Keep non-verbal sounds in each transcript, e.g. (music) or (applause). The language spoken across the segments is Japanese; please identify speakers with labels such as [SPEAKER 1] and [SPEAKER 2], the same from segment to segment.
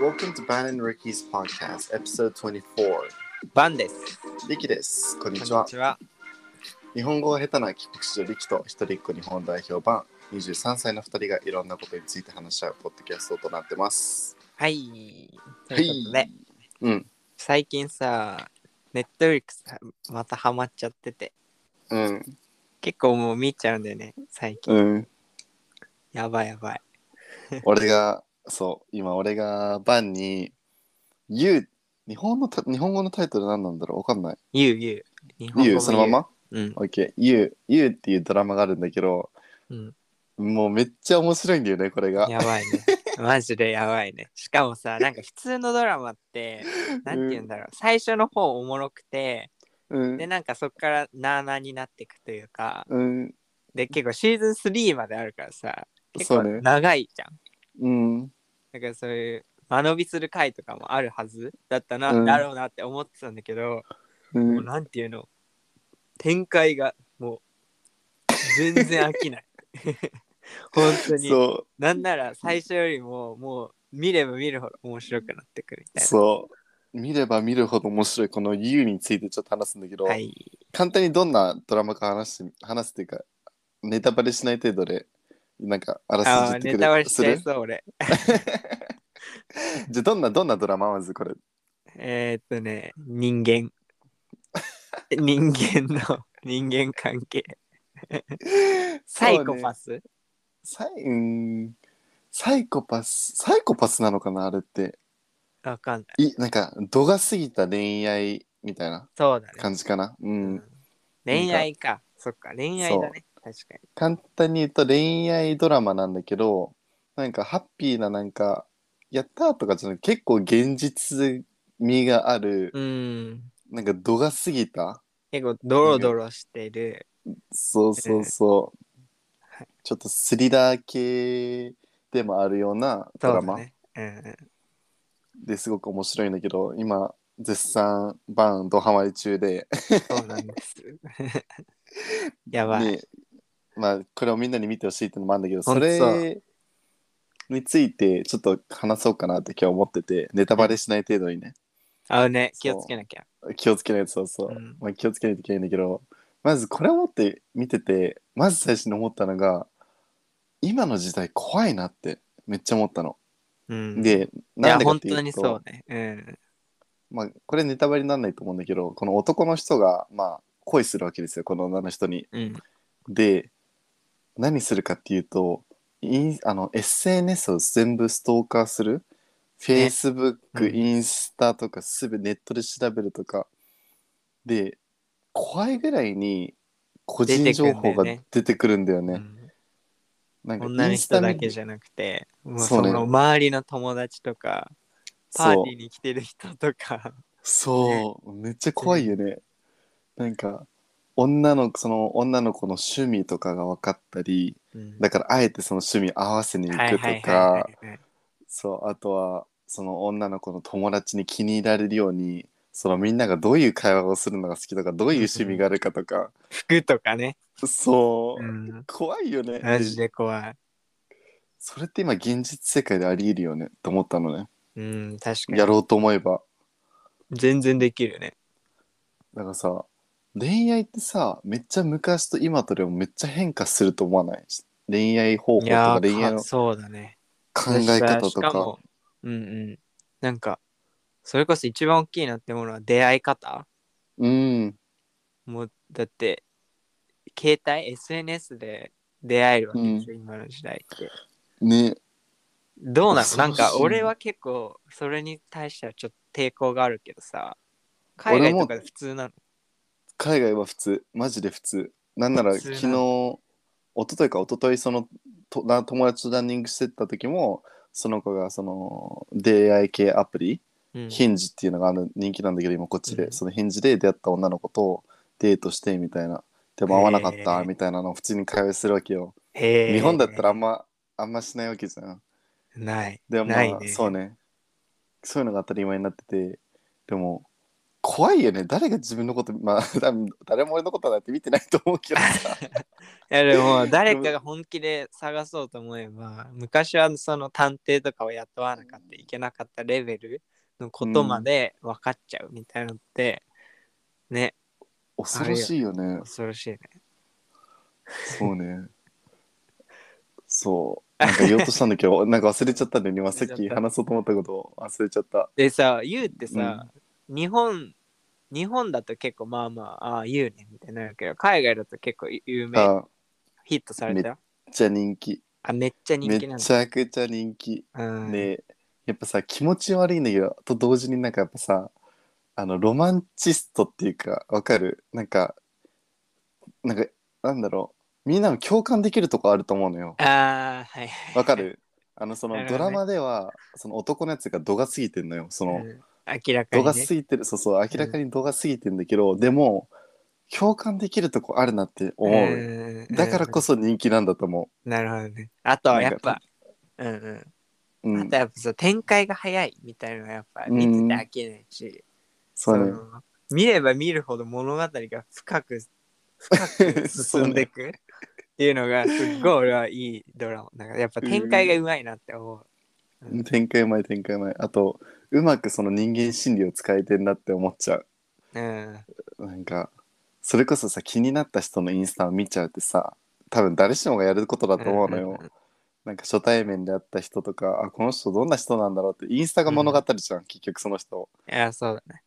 [SPEAKER 1] Welcome to Ban and Ricky's Podcast, Episode 24.
[SPEAKER 2] バンです。
[SPEAKER 1] リキです。こん
[SPEAKER 2] こ
[SPEAKER 1] にちは。
[SPEAKER 2] は。
[SPEAKER 1] 日本語が下手な帰国子女リキと一人っ子日本代表バン、23歳の2人がいろんなことについて話し合うポッドキャストとなってます。
[SPEAKER 2] はい。と
[SPEAKER 1] はい
[SPEAKER 2] いうことで、
[SPEAKER 1] うん。
[SPEAKER 2] 最近さ、ネットフリックスまたハマっちゃってて、
[SPEAKER 1] うん。
[SPEAKER 2] 結構もう見ちゃうんだよね、最近。
[SPEAKER 1] うん。
[SPEAKER 2] やばいやばい。
[SPEAKER 1] 俺が、そう、今俺がバンに、You、日本のた日本語のタイトル何なんだろうわかんない。
[SPEAKER 2] ゆうゆう。日本語
[SPEAKER 1] You、そのまま
[SPEAKER 2] まうん。
[SPEAKER 1] ?OK。You、You っていうドラマがあるんだけど、
[SPEAKER 2] うん、
[SPEAKER 1] もうめっちゃ面白いんだよね、これが。
[SPEAKER 2] や
[SPEAKER 1] (laughs)
[SPEAKER 2] ばいね。マジでやばいね。しかもさ、なんか普通のドラマって、なんて言うんだろう。最初の方おもろくて、
[SPEAKER 1] うん
[SPEAKER 2] で、。なんかそっからなあなあになっていくというか、
[SPEAKER 1] うん。
[SPEAKER 2] で、結構シーズン3まであるからさ、結
[SPEAKER 1] そ
[SPEAKER 2] 構
[SPEAKER 1] うね。
[SPEAKER 2] 長いじゃん。
[SPEAKER 1] うん。
[SPEAKER 2] だからそういう間延びする回とかもあるはずだったな、
[SPEAKER 1] うん
[SPEAKER 2] だろうなって思ってたんだけど、
[SPEAKER 1] う、
[SPEAKER 2] もうんなんていうの展開がもう全然飽
[SPEAKER 1] (laughs)
[SPEAKER 2] きない本当に
[SPEAKER 1] そ
[SPEAKER 2] なんなら最初よりももう見れば見るほど面白くなってくる
[SPEAKER 1] う
[SPEAKER 2] みたい
[SPEAKER 1] そう見れば見るほど面白いこの U についてちょっと話すんだけど、
[SPEAKER 2] なはい
[SPEAKER 1] 簡単にどんなドラマか話して話すっていうかネタバレしない程度でなんかあら
[SPEAKER 2] あ
[SPEAKER 1] すじ
[SPEAKER 2] ー
[SPEAKER 1] って
[SPEAKER 2] ネ
[SPEAKER 1] く
[SPEAKER 2] タバレ
[SPEAKER 1] れ
[SPEAKER 2] し
[SPEAKER 1] す
[SPEAKER 2] ちゃい
[SPEAKER 1] る
[SPEAKER 2] そう俺
[SPEAKER 1] じゃあどんなどんなドラマまずこれ
[SPEAKER 2] えーっとね人
[SPEAKER 1] (laughs)
[SPEAKER 2] 間人間の人間関係サイコパ
[SPEAKER 1] ス、
[SPEAKER 2] ス、
[SPEAKER 1] そうねサイうんサイコパスサイコパスなのかなあれって
[SPEAKER 2] わかんない
[SPEAKER 1] いなんか度が過ぎた恋愛みたいな
[SPEAKER 2] そうだね
[SPEAKER 1] 感じかなうん
[SPEAKER 2] 恋愛か。そっか、恋愛だね。確か
[SPEAKER 1] 簡単に言うと恋愛ドラマなんだけどなんかハッピーななんかやったーとかじゃなくて結構現実味がある
[SPEAKER 2] に。うん。
[SPEAKER 1] なんか度が過ぎた
[SPEAKER 2] 結構、ドロドロしてる。
[SPEAKER 1] そうそうそう、
[SPEAKER 2] はい
[SPEAKER 1] ちょっとスリラー系でもあるようなド
[SPEAKER 2] そ
[SPEAKER 1] ラ
[SPEAKER 2] うだ
[SPEAKER 1] マ
[SPEAKER 2] ね。うん。
[SPEAKER 1] ですごく面白いんだけど、今絶賛バンドハマり中で
[SPEAKER 2] そうなんです。 (laughs) やばい。
[SPEAKER 1] でまあこれをみんなに見てほしいってのもあるんだけど
[SPEAKER 2] ほ
[SPEAKER 1] そ
[SPEAKER 2] んとそう
[SPEAKER 1] れについてちょっと話そうかなって今日思っててネタバレしない程度にね
[SPEAKER 2] あのね、
[SPEAKER 1] そう
[SPEAKER 2] 気をつけなきゃ。
[SPEAKER 1] 気をつけないとそうそう、
[SPEAKER 2] うん
[SPEAKER 1] まあ、気をつけないといけないんだけどまずこれを持って見ててまず最初に思ったのが今の時代怖いなってめっちゃ思ったの。
[SPEAKER 2] うん。い
[SPEAKER 1] でな
[SPEAKER 2] や、
[SPEAKER 1] んでかっ
[SPEAKER 2] 本
[SPEAKER 1] ていうと
[SPEAKER 2] 当にそうね。うん。
[SPEAKER 1] まあ、これネタバレにならないと思うんだけどこの男の人が、まあ、恋するわけですよこの女の人に。
[SPEAKER 2] うん。
[SPEAKER 1] で何するかっていうとインあの SNS を全部ストーカーする Facebook、
[SPEAKER 2] うん
[SPEAKER 1] インスタとかすべネットで調べるとかで怖いぐらいに個人情報が出てくるんだよね。
[SPEAKER 2] うん
[SPEAKER 1] なんか
[SPEAKER 2] 女
[SPEAKER 1] イ
[SPEAKER 2] の
[SPEAKER 1] ンスタ
[SPEAKER 2] 人
[SPEAKER 1] 見
[SPEAKER 2] だけじゃなくて、もう
[SPEAKER 1] そ
[SPEAKER 2] そう
[SPEAKER 1] ね
[SPEAKER 2] の周りの友達とか、パ
[SPEAKER 1] そ
[SPEAKER 2] ー
[SPEAKER 1] う
[SPEAKER 2] ティーに来てる人とか。
[SPEAKER 1] そう、めっちゃ怖いよね。なんか女のその女の子の趣味とかが分かったり
[SPEAKER 2] うん
[SPEAKER 1] だからあえてその趣味合わせに行
[SPEAKER 2] はい
[SPEAKER 1] く
[SPEAKER 2] はい
[SPEAKER 1] と
[SPEAKER 2] は
[SPEAKER 1] か
[SPEAKER 2] いはいはい。
[SPEAKER 1] そうあとはその女の子の友達に気に入られるようにそのみんながどういう会話をするのが好きとかどういう趣味があるかとか
[SPEAKER 2] 服とかね。
[SPEAKER 1] そう、
[SPEAKER 2] うん。
[SPEAKER 1] 怖いよね
[SPEAKER 2] マジで怖い。
[SPEAKER 1] それって今現実世界でありえるよねと思ったのね
[SPEAKER 2] うん、確か
[SPEAKER 1] や
[SPEAKER 2] に。
[SPEAKER 1] ろうと思えば
[SPEAKER 2] 全然できるね。
[SPEAKER 1] だからさ恋愛ってさめっちゃ昔と今とでもめっちゃ変化すると思わない恋愛方法と
[SPEAKER 2] い
[SPEAKER 1] か
[SPEAKER 2] や
[SPEAKER 1] 恋愛
[SPEAKER 2] ー
[SPEAKER 1] の
[SPEAKER 2] かそうだね。
[SPEAKER 1] 考え方と
[SPEAKER 2] し
[SPEAKER 1] か
[SPEAKER 2] も、うんうん。なんか、それこそ一番大きいなってものは出会い方
[SPEAKER 1] うん
[SPEAKER 2] もう、だって、携帯、SNS で出会えるわけですよ、今の時代って。
[SPEAKER 1] ね
[SPEAKER 2] どうなの
[SPEAKER 1] 恐
[SPEAKER 2] な
[SPEAKER 1] ろしい
[SPEAKER 2] んか、俺は結構、それに対してはちょっと抵抗があるけどさ、海外とかで普通なの。
[SPEAKER 1] 海外は普通マジで普通なんなら
[SPEAKER 2] 普通
[SPEAKER 1] 昨
[SPEAKER 2] なの
[SPEAKER 1] 日一昨日か一昨日そのとな友達とランニングしてた時もその子がその出会い系アプリ、
[SPEAKER 2] うん
[SPEAKER 1] ヒンジっていうのがある人気なんだけど今こっちで、
[SPEAKER 2] うん
[SPEAKER 1] そのヒンジで出会った女の子とデートしてみたいなでも会わなかっ
[SPEAKER 2] へ
[SPEAKER 1] た
[SPEAKER 2] ー
[SPEAKER 1] みたいなのを普通に会話するわけよ、
[SPEAKER 2] へー
[SPEAKER 1] 日本だったらあんまあんましないわけじゃん。
[SPEAKER 2] ない。
[SPEAKER 1] でもま
[SPEAKER 2] ない
[SPEAKER 1] あ、
[SPEAKER 2] ね。
[SPEAKER 1] そうね。そういうのが当たり前になってて、でも、怖いよね誰が自分のことまあ (laughs) 多分誰も俺のことなんて見てないと思うけど
[SPEAKER 2] (laughs)
[SPEAKER 1] さ
[SPEAKER 2] いや
[SPEAKER 1] (laughs)
[SPEAKER 2] でも誰かが本気で探そうと思えば昔はその探偵とかを雇わなかったいけなかったレベルのことまで分かっちゃうみたいなのって、ね
[SPEAKER 1] 恐ろしいよね
[SPEAKER 2] 恐ろしいね
[SPEAKER 1] そうねそうなんか言おうとしたんだけ
[SPEAKER 2] (laughs)
[SPEAKER 1] どなんか忘れちゃったんだよね今さっ
[SPEAKER 2] 忘れ
[SPEAKER 1] き
[SPEAKER 2] ちゃった
[SPEAKER 1] 話そうと思ったことを忘れちゃった
[SPEAKER 2] でさユウってさ、日本日本だと結構まあまあああユウねみたいになるけど海外だと結構有名
[SPEAKER 1] あ
[SPEAKER 2] ヒットされた
[SPEAKER 1] めっちゃ人気
[SPEAKER 2] あめっちゃ人
[SPEAKER 1] め
[SPEAKER 2] 気なんだ
[SPEAKER 1] ちゃくちゃ人気、
[SPEAKER 2] うん、
[SPEAKER 1] でやっぱさ気持ち悪いんだけどと同時になんかやっぱさあのロマンチストっていうかわかるなんかなんかなんだろうみんなも共感できるとこあると思うのよ
[SPEAKER 2] ああはいはい
[SPEAKER 1] わかるあのそ
[SPEAKER 2] な
[SPEAKER 1] の
[SPEAKER 2] るほ
[SPEAKER 1] ド
[SPEAKER 2] どね
[SPEAKER 1] ラマではその男のやつが度が過ぎてんのよその、
[SPEAKER 2] うん明らか
[SPEAKER 1] 度
[SPEAKER 2] に、
[SPEAKER 1] が
[SPEAKER 2] ね
[SPEAKER 1] 過、ぎてるそうそう明らかに度が過ぎてんだけど、でも共感できるとこあるなって思う、
[SPEAKER 2] うん
[SPEAKER 1] だからこそ人気なんだと思
[SPEAKER 2] なるほどね。あとはやっぱ、うんうん。
[SPEAKER 1] う、う
[SPEAKER 2] あ
[SPEAKER 1] ん
[SPEAKER 2] と、やっぱそう展開が早いみたいなのはやっぱ見てて飽きないし、
[SPEAKER 1] そうね
[SPEAKER 2] その見れば見るほど物語が深く深く進んでい
[SPEAKER 1] (laughs)
[SPEAKER 2] くっていうのがすっごい俺はいいドラマ。なんかやっぱ展開がうまいなって思う。うん
[SPEAKER 1] (laughs) 展開前展開前あとうまくその人間心理を使えてんなって思っちゃう
[SPEAKER 2] うん、
[SPEAKER 1] なんかそれこそさ気になった人のインスタを見ちゃうってさ多分誰しもがやることだと思うのよ、
[SPEAKER 2] うんうんうん
[SPEAKER 1] なんか初対面で会った人とかあこの人どんな人なんだろうってインスタが物語るじゃん、結局その人を
[SPEAKER 2] いや、そうだね。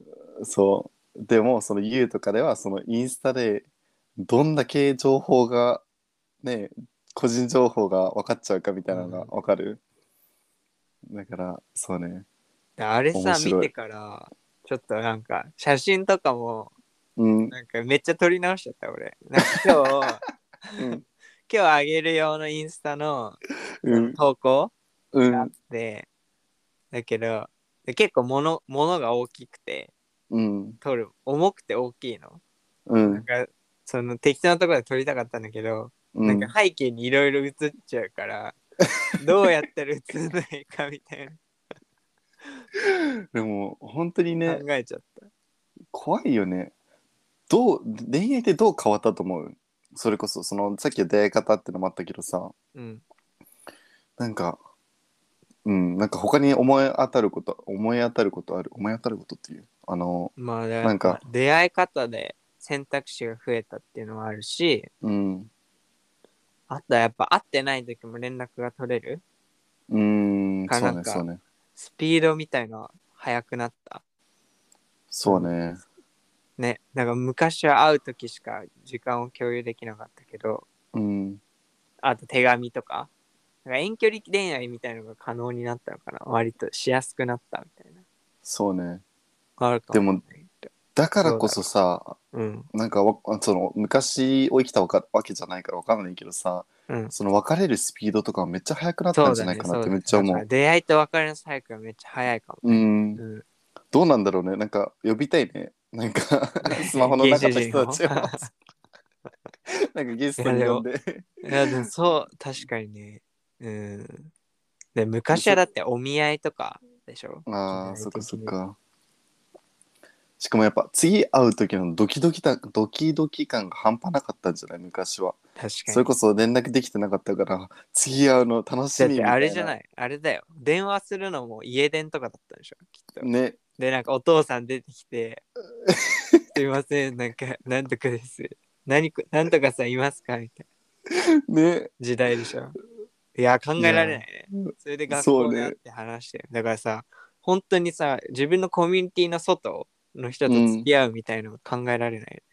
[SPEAKER 1] そうでもその YOU とかではそのインスタでどんだけ情報がね個人情報が分かっちゃうかみたいなのが分かる、だからそうね
[SPEAKER 2] であれ
[SPEAKER 1] 面
[SPEAKER 2] さ、
[SPEAKER 1] 白い
[SPEAKER 2] 見てから、ちょっとなんか、写真とかも、
[SPEAKER 1] うん
[SPEAKER 2] なんかめっちゃ撮り直しちゃった、俺。なんか今
[SPEAKER 1] (laughs) う
[SPEAKER 2] 日、
[SPEAKER 1] ん
[SPEAKER 2] 今日あげる用のインスタの
[SPEAKER 1] うん
[SPEAKER 2] 投稿
[SPEAKER 1] う
[SPEAKER 2] があっ
[SPEAKER 1] ん
[SPEAKER 2] て、だけどで結構物物が大きくて
[SPEAKER 1] うん
[SPEAKER 2] 撮る重くて大きいの
[SPEAKER 1] うん
[SPEAKER 2] なんかその適当なところで撮りたかったんだけど、
[SPEAKER 1] う
[SPEAKER 2] なんか背景にいろいろ映っちゃうから
[SPEAKER 1] (laughs)
[SPEAKER 2] どうやったら映んないかみたい
[SPEAKER 1] でも本当に
[SPEAKER 2] な
[SPEAKER 1] ね
[SPEAKER 2] 考えちゃった、
[SPEAKER 1] 怖いよねどう恋愛ってどう変わったと思うそれこそそのさっきの出会い方ってのもあったけどさ
[SPEAKER 2] うん
[SPEAKER 1] なんかうんなんか他に思い当たること思い当たることある思い当たることっていうあの
[SPEAKER 2] まあだ
[SPEAKER 1] なんか
[SPEAKER 2] まあ出会い方で選択肢が増えたっていうのはあるし
[SPEAKER 1] うん
[SPEAKER 2] あとはやっぱ会ってない時も連絡が取れる
[SPEAKER 1] うーん
[SPEAKER 2] か
[SPEAKER 1] そう
[SPEAKER 2] なん
[SPEAKER 1] ね
[SPEAKER 2] か
[SPEAKER 1] そうね
[SPEAKER 2] スピードみたいな速くなった
[SPEAKER 1] そうね
[SPEAKER 2] ね、なんか昔は会う時しか時間を共有できなかったけど、
[SPEAKER 1] うん
[SPEAKER 2] あと手紙とか、なんか遠距離恋愛みたいなのが可能になったのかな。割としやすくなったみたいな。
[SPEAKER 1] そうね
[SPEAKER 2] あるかもしれないけど。
[SPEAKER 1] だからこそさ
[SPEAKER 2] うん。
[SPEAKER 1] なんかわその昔を生きたわかわけじゃないからわかんないけどさ
[SPEAKER 2] うん。
[SPEAKER 1] その別れるスピードとかめっちゃ速くなった
[SPEAKER 2] そ
[SPEAKER 1] ん
[SPEAKER 2] う
[SPEAKER 1] じゃ
[SPEAKER 2] だ
[SPEAKER 1] な
[SPEAKER 2] ね
[SPEAKER 1] い。か
[SPEAKER 2] そ
[SPEAKER 1] なっ
[SPEAKER 2] う
[SPEAKER 1] て
[SPEAKER 2] だ
[SPEAKER 1] め
[SPEAKER 2] ね
[SPEAKER 1] っちゃ思
[SPEAKER 2] だから
[SPEAKER 1] う。
[SPEAKER 2] 出会いと別れのサイクルがめっちゃ早いかも。
[SPEAKER 1] うん、
[SPEAKER 2] うん。
[SPEAKER 1] どうなんだろうねなんか呼びたいねなん
[SPEAKER 2] (laughs)
[SPEAKER 1] かスマホのなかった人たちを
[SPEAKER 2] 原
[SPEAKER 1] なんか
[SPEAKER 2] 始人
[SPEAKER 1] ゲストに呼んで
[SPEAKER 2] をいや、でもそう、確かにね。うん。で、昔はだってお見合いとかでしょ
[SPEAKER 1] ああそっかそっ。かしかもやっぱ次会う時のドキドキだドキドキ感が半端なかったんじゃない昔は
[SPEAKER 2] 確かに。
[SPEAKER 1] それこそ連絡できてなかったから次会うの楽し
[SPEAKER 2] だっ
[SPEAKER 1] みみたい
[SPEAKER 2] て
[SPEAKER 1] な
[SPEAKER 2] あれじゃないい、あれだよ。電話するのも家電とかだったでしょ、きっと。
[SPEAKER 1] ね
[SPEAKER 2] で、なんかお父さん出てきて、
[SPEAKER 1] (laughs)
[SPEAKER 2] すいません、なんか、なんとかです。何く、なんとかさんいますかみたい
[SPEAKER 1] ね
[SPEAKER 2] な時代でしょ。いや、考えられないね。それで学校で会って話して、だからさ、本当にさ、自分のコミュニティの外の人と付き合うみたいのが考えられない、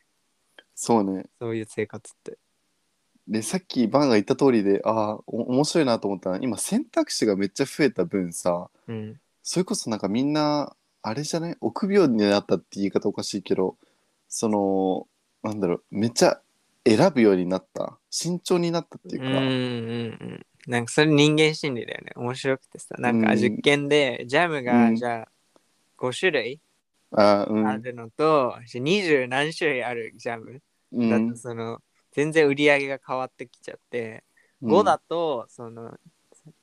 [SPEAKER 1] そうね
[SPEAKER 2] そういう生活って。
[SPEAKER 1] でさっきバンが言った通りでああ面白いなと思ったのは今選択肢がめっちゃ増えた分さ
[SPEAKER 2] うん。
[SPEAKER 1] それこそなんかみんなあれじゃない臆病になったって言い方おかしいけどそのなんだろうめっちゃ選ぶようになった慎重になったっていううんか、
[SPEAKER 2] うんうん。なんかそれ人間心理だよね。面白くてさ、なん
[SPEAKER 1] う
[SPEAKER 2] か
[SPEAKER 1] ん
[SPEAKER 2] 実験で、ジャムが、
[SPEAKER 1] うん
[SPEAKER 2] じゃあ、5種類
[SPEAKER 1] あーう
[SPEAKER 2] あ
[SPEAKER 1] ん
[SPEAKER 2] るのと、二十何種類あるジャム。
[SPEAKER 1] う
[SPEAKER 2] だ
[SPEAKER 1] ん
[SPEAKER 2] とその全然売り上げが変わってきちゃって、
[SPEAKER 1] うん
[SPEAKER 2] 5だとその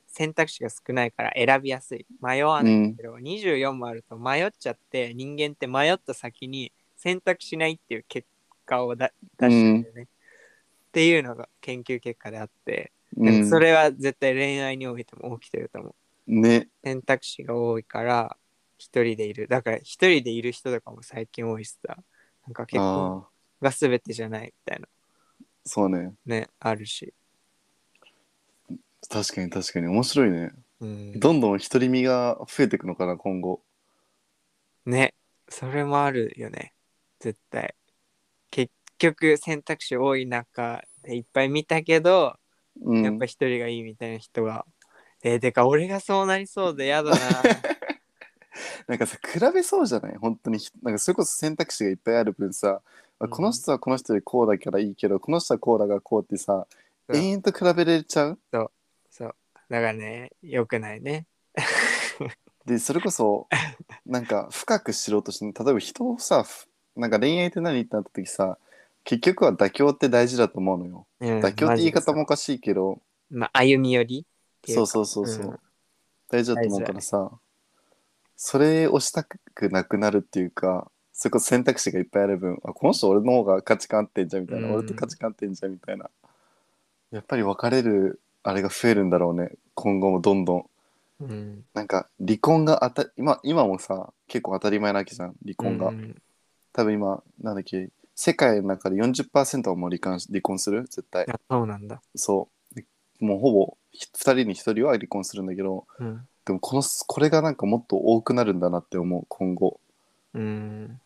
[SPEAKER 2] 選択肢が少ないから選びやすい迷わないけど、24もあると迷っちゃって人間って迷った先に選択しないっていう結果をだ出してるんだよね、っていうのが研究結果であってで
[SPEAKER 1] う
[SPEAKER 2] も
[SPEAKER 1] ん
[SPEAKER 2] それは絶対恋愛においても起きてると思う
[SPEAKER 1] ね
[SPEAKER 2] 選択肢が多いから一人でいるだから一人でいる人とかも最近多いしさなんか結婚
[SPEAKER 1] ああ
[SPEAKER 2] が全てじゃないみたいな
[SPEAKER 1] そうね
[SPEAKER 2] ねあるし、
[SPEAKER 1] 確かに確かに面白いね
[SPEAKER 2] うん、
[SPEAKER 1] どんどん独り身が増えていくのかな今後
[SPEAKER 2] ねそれもあるよね絶対結局選択肢多い中でいっぱい見たけど、
[SPEAKER 1] うん
[SPEAKER 2] やっぱ一人がいいみたいな人がえー、てか俺がそうなりそう
[SPEAKER 1] (laughs)
[SPEAKER 2] でやだな
[SPEAKER 1] なんかさ比べそうじゃない本当にひなんかそれこそ選択肢がいっぱいある分さ、あ
[SPEAKER 2] うん
[SPEAKER 1] この人はこの人でこうだからいいけどこの人はこうだからこうってさ
[SPEAKER 2] そう
[SPEAKER 1] 延々と比べれちゃう
[SPEAKER 2] そうだからね良くないね
[SPEAKER 1] でそれこ
[SPEAKER 2] (laughs)
[SPEAKER 1] そなんか深く知ろうとして例えば人をさふなんか恋愛って何ってなった時さ結局は妥協って大事だと思うのよ、
[SPEAKER 2] うん
[SPEAKER 1] 妥協って言い方
[SPEAKER 2] マジで
[SPEAKER 1] もおかしいけど
[SPEAKER 2] そうまあ歩み寄りってい
[SPEAKER 1] そう
[SPEAKER 2] か
[SPEAKER 1] そうそうそう、
[SPEAKER 2] うん
[SPEAKER 1] 大事だと思うからさそれをしたくなくなるっていうかそれこそ選択肢がいっぱいある分あこの人俺の方が価値観合ってんじゃんみたいな、
[SPEAKER 2] うん
[SPEAKER 1] 俺と価値観合ってんじゃんみたいなやっぱり別れるあれが増えるんだろうね今後もどんどん
[SPEAKER 2] うん
[SPEAKER 1] なんか離婚が当た今今もさ結構当たり前なわけじゃん離婚が、
[SPEAKER 2] うん
[SPEAKER 1] 多分今なんだっけ世界の中で40%はもう離婚し離婚する絶対
[SPEAKER 2] あそうなんだ、
[SPEAKER 1] そうでもうほぼひ2人に1人は離婚するんだけど
[SPEAKER 2] うん
[SPEAKER 1] でもこのこれがなんかもっと多くなるんだなって思う今後
[SPEAKER 2] うん、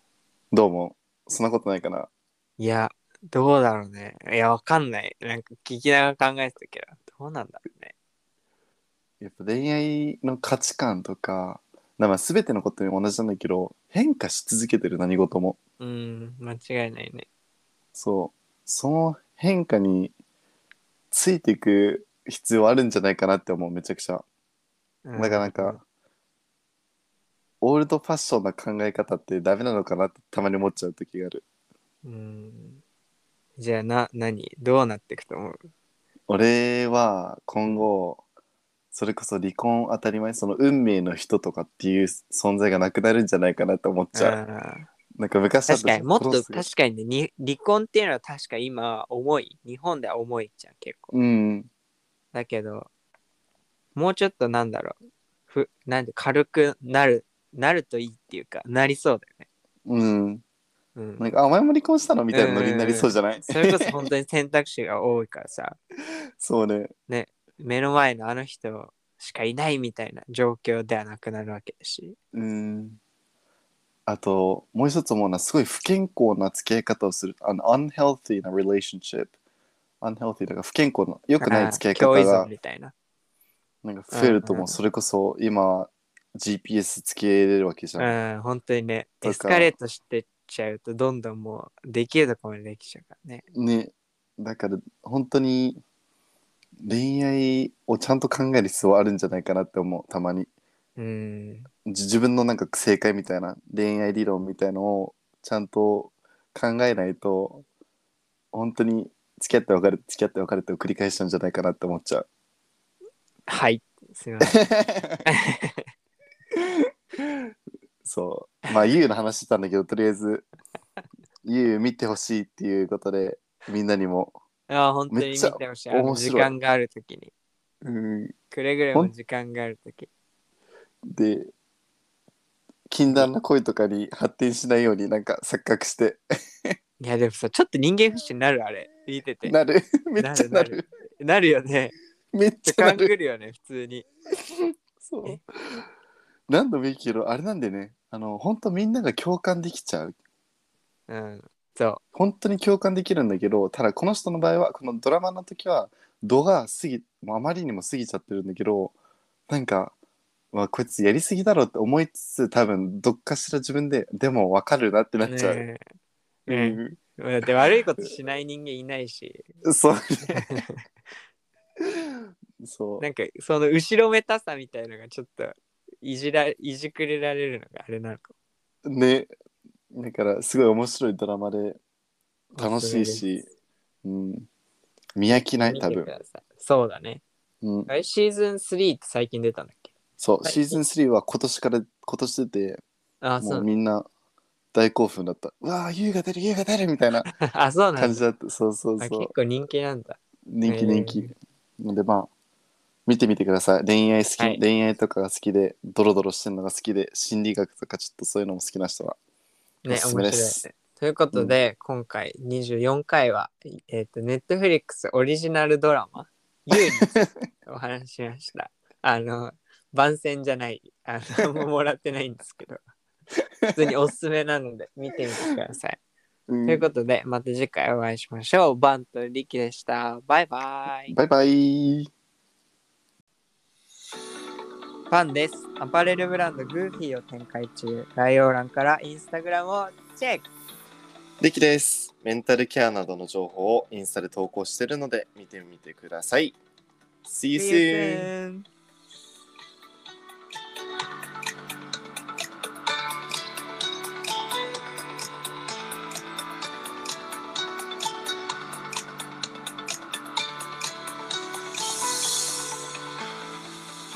[SPEAKER 1] どうもそんなことないかない
[SPEAKER 2] やどうだろうねいやわかんないなんか聞きながら考えてたけどどうなんだろうね
[SPEAKER 1] やっぱ恋愛の価値観とかまあ全てのことに同じなんだけど変化し続けてる何事も
[SPEAKER 2] うん間違いないね
[SPEAKER 1] そうその変化についていく必要あるんじゃないかなって思うめちゃくちゃ
[SPEAKER 2] う
[SPEAKER 1] だからなんか、オールドファッションな考え方ってダメなのかなってたまに思っちゃう時がある
[SPEAKER 2] うんじゃあな何どうなっていくと思う
[SPEAKER 1] 俺は今後それこそ離婚当たり前その運命の人とかっていう存在がなくなるんじゃないかなと思っちゃう、
[SPEAKER 2] あー
[SPEAKER 1] なんか昔だ
[SPEAKER 2] 確かにもっと
[SPEAKER 1] クロス
[SPEAKER 2] 確かにねに離婚っていうのは確か今重い日本では重いじゃん結構
[SPEAKER 1] うん
[SPEAKER 2] だけどもうちょっとなんだろうふなんで軽くなるなるといいっていうかなりそうだよね
[SPEAKER 1] うん
[SPEAKER 2] うん
[SPEAKER 1] なんかあお前も離婚したのみたいなノリになりそうじゃない、
[SPEAKER 2] それこそ本当に選択肢が多いからさ、
[SPEAKER 1] (laughs) そうね
[SPEAKER 2] 目の前のあの人しかいないみたいな状況ではなくなるわけだし。
[SPEAKER 1] うんあともう一つ思うのはすごい不健康な付き合い方をするあの unhealthy な relationship unhealthy だから不健康な良くない付き合い方
[SPEAKER 2] あー共依
[SPEAKER 1] が
[SPEAKER 2] 存みたいな。
[SPEAKER 1] なんか増えると
[SPEAKER 2] うんう
[SPEAKER 1] もうんそれこそ今 GPS 付き合えれるわけじゃん、
[SPEAKER 2] うん、本当にね、
[SPEAKER 1] だから
[SPEAKER 2] エスカレートしてっちゃうと、どんどんもう、できるとこまでできちゃうからね。
[SPEAKER 1] ねだから本当に恋愛をちゃんと考える必要はあるんじゃないかなって思うたまに
[SPEAKER 2] うん。
[SPEAKER 1] じ自分のなんか正解みたいな恋愛理論みたいのをちゃんと考えないと本当に付き合って別れて付き合って別れてを繰り返しちゃうんじゃないかなって思っちゃう
[SPEAKER 2] はい。すいま
[SPEAKER 1] (laughs)
[SPEAKER 2] せん。
[SPEAKER 1] そうまあ YOU の話してたんだけどとりあえず YOU 見てほしいっていうことでみんなにも、
[SPEAKER 2] あー本当に
[SPEAKER 1] めっ
[SPEAKER 2] 見
[SPEAKER 1] ちゃ
[SPEAKER 2] てほしい。あの
[SPEAKER 1] 面
[SPEAKER 2] 時
[SPEAKER 1] 白い
[SPEAKER 2] 間があるときに。
[SPEAKER 1] うん、
[SPEAKER 2] くれぐれも時間があるとき。
[SPEAKER 1] で禁断の恋とかに発展しないようになんか錯覚して
[SPEAKER 2] いや、でもさ、ちょっと人間不信になる、あれ。見てて。
[SPEAKER 1] なる (laughs) めっちゃなる
[SPEAKER 2] なるなるなるよね。
[SPEAKER 1] め (laughs) っち
[SPEAKER 2] 時
[SPEAKER 1] ゃな
[SPEAKER 2] 間
[SPEAKER 1] る
[SPEAKER 2] 来るよね、普通に。
[SPEAKER 1] そう
[SPEAKER 2] え
[SPEAKER 1] 何度も言うけどあれなんでねあの本当みんなが共感できちゃう
[SPEAKER 2] うん。そう。
[SPEAKER 1] 本当に共感できるんだけどただこの人の場合はこのドラマの時は度が過ぎもうあまりにも過ぎちゃってるんだけどなんか、まあ、こいつやりすぎだろって思いつつ多分どっかしら自分ででも分かるなってなっちゃう、
[SPEAKER 2] ねえ
[SPEAKER 1] う
[SPEAKER 2] ね
[SPEAKER 1] ん
[SPEAKER 2] だって悪いことしない人間いない
[SPEAKER 1] (laughs)
[SPEAKER 2] し、
[SPEAKER 1] そうね。そう。
[SPEAKER 2] なんかその後ろめたさみたいのがちょっといじら、いじくれられるのがあれなのか
[SPEAKER 1] ね。だから、すごい面白いドラマで、
[SPEAKER 2] も。
[SPEAKER 1] 楽しいし、うん。見飽きない、
[SPEAKER 2] 見
[SPEAKER 1] 多
[SPEAKER 2] て
[SPEAKER 1] 分
[SPEAKER 2] く。ださい。そうだね。
[SPEAKER 1] うん、
[SPEAKER 2] あれシーズン3って最近出たんだっけ
[SPEAKER 1] そう、
[SPEAKER 2] はい
[SPEAKER 1] シーズン3は今年から今年出て
[SPEAKER 2] あ、そ
[SPEAKER 1] も
[SPEAKER 2] う
[SPEAKER 1] う
[SPEAKER 2] なん
[SPEAKER 1] みんな大興奮だったうわー優が出る優が出るみたいな
[SPEAKER 2] だ。あ、そうなん
[SPEAKER 1] 感
[SPEAKER 2] だ。
[SPEAKER 1] じだったそうそう
[SPEAKER 2] あ
[SPEAKER 1] そ
[SPEAKER 2] 結
[SPEAKER 1] う
[SPEAKER 2] 構人気なんだ。
[SPEAKER 1] 人気
[SPEAKER 2] へー
[SPEAKER 1] 人気、でまあ見てみてください恋愛好き、
[SPEAKER 2] はい
[SPEAKER 1] 恋愛とかが好きでドロドロしてるのが好きで心理学とかちょっとそういうのも好きな人は
[SPEAKER 2] ね、
[SPEAKER 1] おすすめ
[SPEAKER 2] 面
[SPEAKER 1] で
[SPEAKER 2] 白いね
[SPEAKER 1] す。
[SPEAKER 2] ということで、今回24回は、えっ、と、ネットフリックスオリジナルドラマ、ユーについてお話ししました。 (laughs) あの、番宣じゃない、あの、もうもらってないんですけど、普通におすすめなので、見てみてください。
[SPEAKER 1] うん
[SPEAKER 2] ということで、また次回お会いしましょう。バンとリキでした。バイバイ。
[SPEAKER 1] バイバイ
[SPEAKER 2] パンです。アパレルブランドグーフィーを展開中。概要欄からインスタグラムをチェック
[SPEAKER 1] リキです。メンタルケアなどの情報をインスタで投稿しているので見てみてください。See you
[SPEAKER 2] See you
[SPEAKER 1] soon!
[SPEAKER 2] soon.